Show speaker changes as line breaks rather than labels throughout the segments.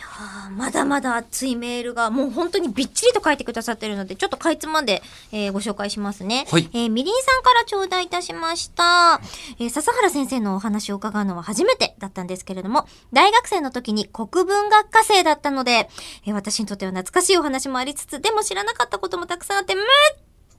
はあ、まだまだ熱いメールがもう本当にびっちりと書いてくださってるのでちょっとかいつまんで、えーご紹介しますね、
はい
えーみりんさんから頂戴いたしました、えー笹原先生のお話を伺うのは初めてだったんですけれども大学生の時に国文学科生だったので、えー私にとっては懐かしいお話もありつつでも知らなかったこともたくさんあってむっ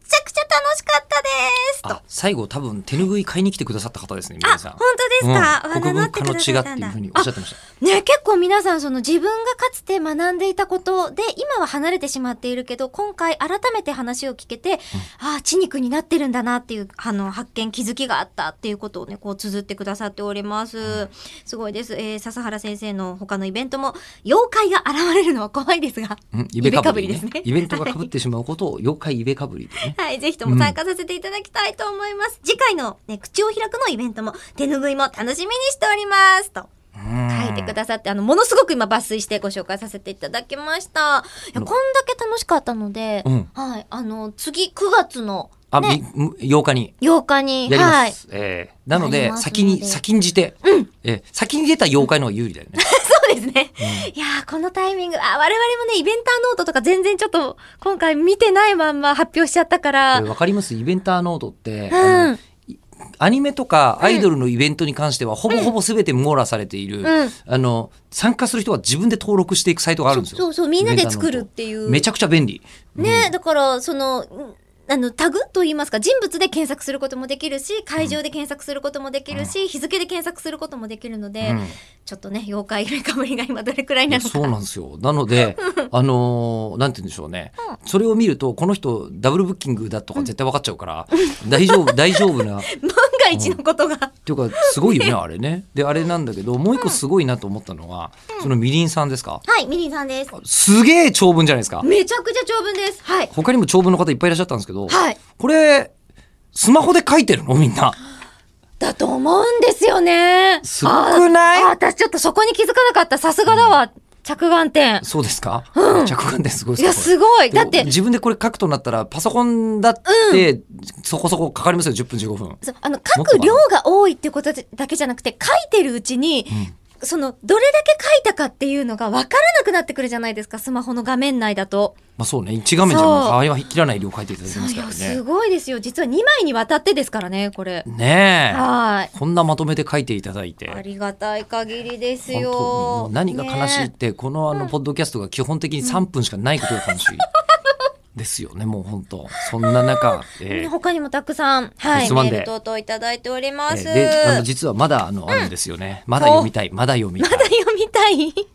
ちゃくちゃ楽しかったですと
あ最後多分手拭い買いに来てくださった方ですねみり
あ
んさん
本当ですか、
うん、
わ名乗
国
っ
文
て
化
く
の
ださ
違
っ
ったて
ん
いう
だ
ふうにおっしゃってました
ね、結構皆さんその自分がかつて学んでいたことで今は離れてしまっているけど今回改めて話を聞けて、ああ血肉になってるんだなっていうあの発見気づきがあったっていうことをねこう綴ってくださっております、すごいです、えー笹原先生の他のイベントも妖怪が現れるのは怖いですが
うんイベかぶり
イベかぶりですね
ねイベントがかぶってしまうことを妖怪イベかぶりでね
はい、ぜひとも参加させていただきたいと思います。次回の、ね、口を開くのイベントも、手拭いも楽しみにしております。と。書いてくださって、あの、ものすごく今抜粋してご紹介させていただきました。いや、こんだけ楽しかったので、
うん
はい、あの、次9月の
あ、
ね
み8日に
8日に、
やりま
はい。
す、えーなの
やり
で
ます
先に
ので
先んじて、えー先に出た妖怪の方が有利だよね
そうですね。いやーこのタイミング、あ、我々もね、イベンターノートとか全然ちょっと、今回見てないまんま発表しちゃったから、
これわかりますイベンターノートって、
ん
あのいアニメとかアイドルのイベントに関してはほぼほぼ全て網羅されている、
ん
あの参加する人は自分で登録していくサイトがあるんですよ
そうそう、みんなで作るっていう。
めちゃくちゃ便利
ね、だからそのんあのタグといいますか人物で検索することもできるし会場で検索することもできるし、日付で検索することもできるので、
うん
ちょっとね妖怪夢かぶりが今どれくらい
い
な
や
の
そう
か
なんですよ。な ので、あのーなんて言うんでしょうね。それを見ると、この人、ダブルブッキングだとか絶対分かっちゃうから、大 丈夫、大丈夫な。っ
万が一のことが、
ていうか、すごいよね、あれね。で、あれなんだけど、もう一個すごいなと思ったのは、そのみりんさんですか。
はいミリンさんです
すげえ長文じゃないですか。
めちゃくちゃ長文ですはい
他にも長文の方いっぱいいらっしゃったんですけど、
はい
これ、スマホで書いてるのみんな。
だと思うんですよね
すごくない
あーあー私ちょっとそこに気づかなかったさすがだわ、着眼点
そうですか、着眼ですごいです
い
か
や
これ
すごいだって
でも自分でこれ書くとなったら、パソコンだって、そこそこかかりますよ、10分15分。
そうあの書く量が多いっていうことだけじゃなくて書いてるうちに、そのどれだけ書いたかっていうのが分からなくなってくるじゃないですかスマホの画面内だと。
まあそうね、一画面じゃもう変わりきらない量書いていただき
そ
ま
う
すか
よ
ら
す
ね。
ごいですよ実は2枚にわたってですからねこれ。
ねえ、
は
こんなまとめて書いていただいて。
いありがたい限りです
本当にも
よ
う。何が悲しいっ
ね
て、このあのポッドキャストが基本的に3分しかないことが悲しい。 ですよね、もう本当。そんな中、えー
他にもたくさん、はい、
質
メ
問で
ール等々いただいておりま
え
す。
ーであの実はまだあのあるんですよね、まだ読みたいまだ読みた
ま
い
だ読みたい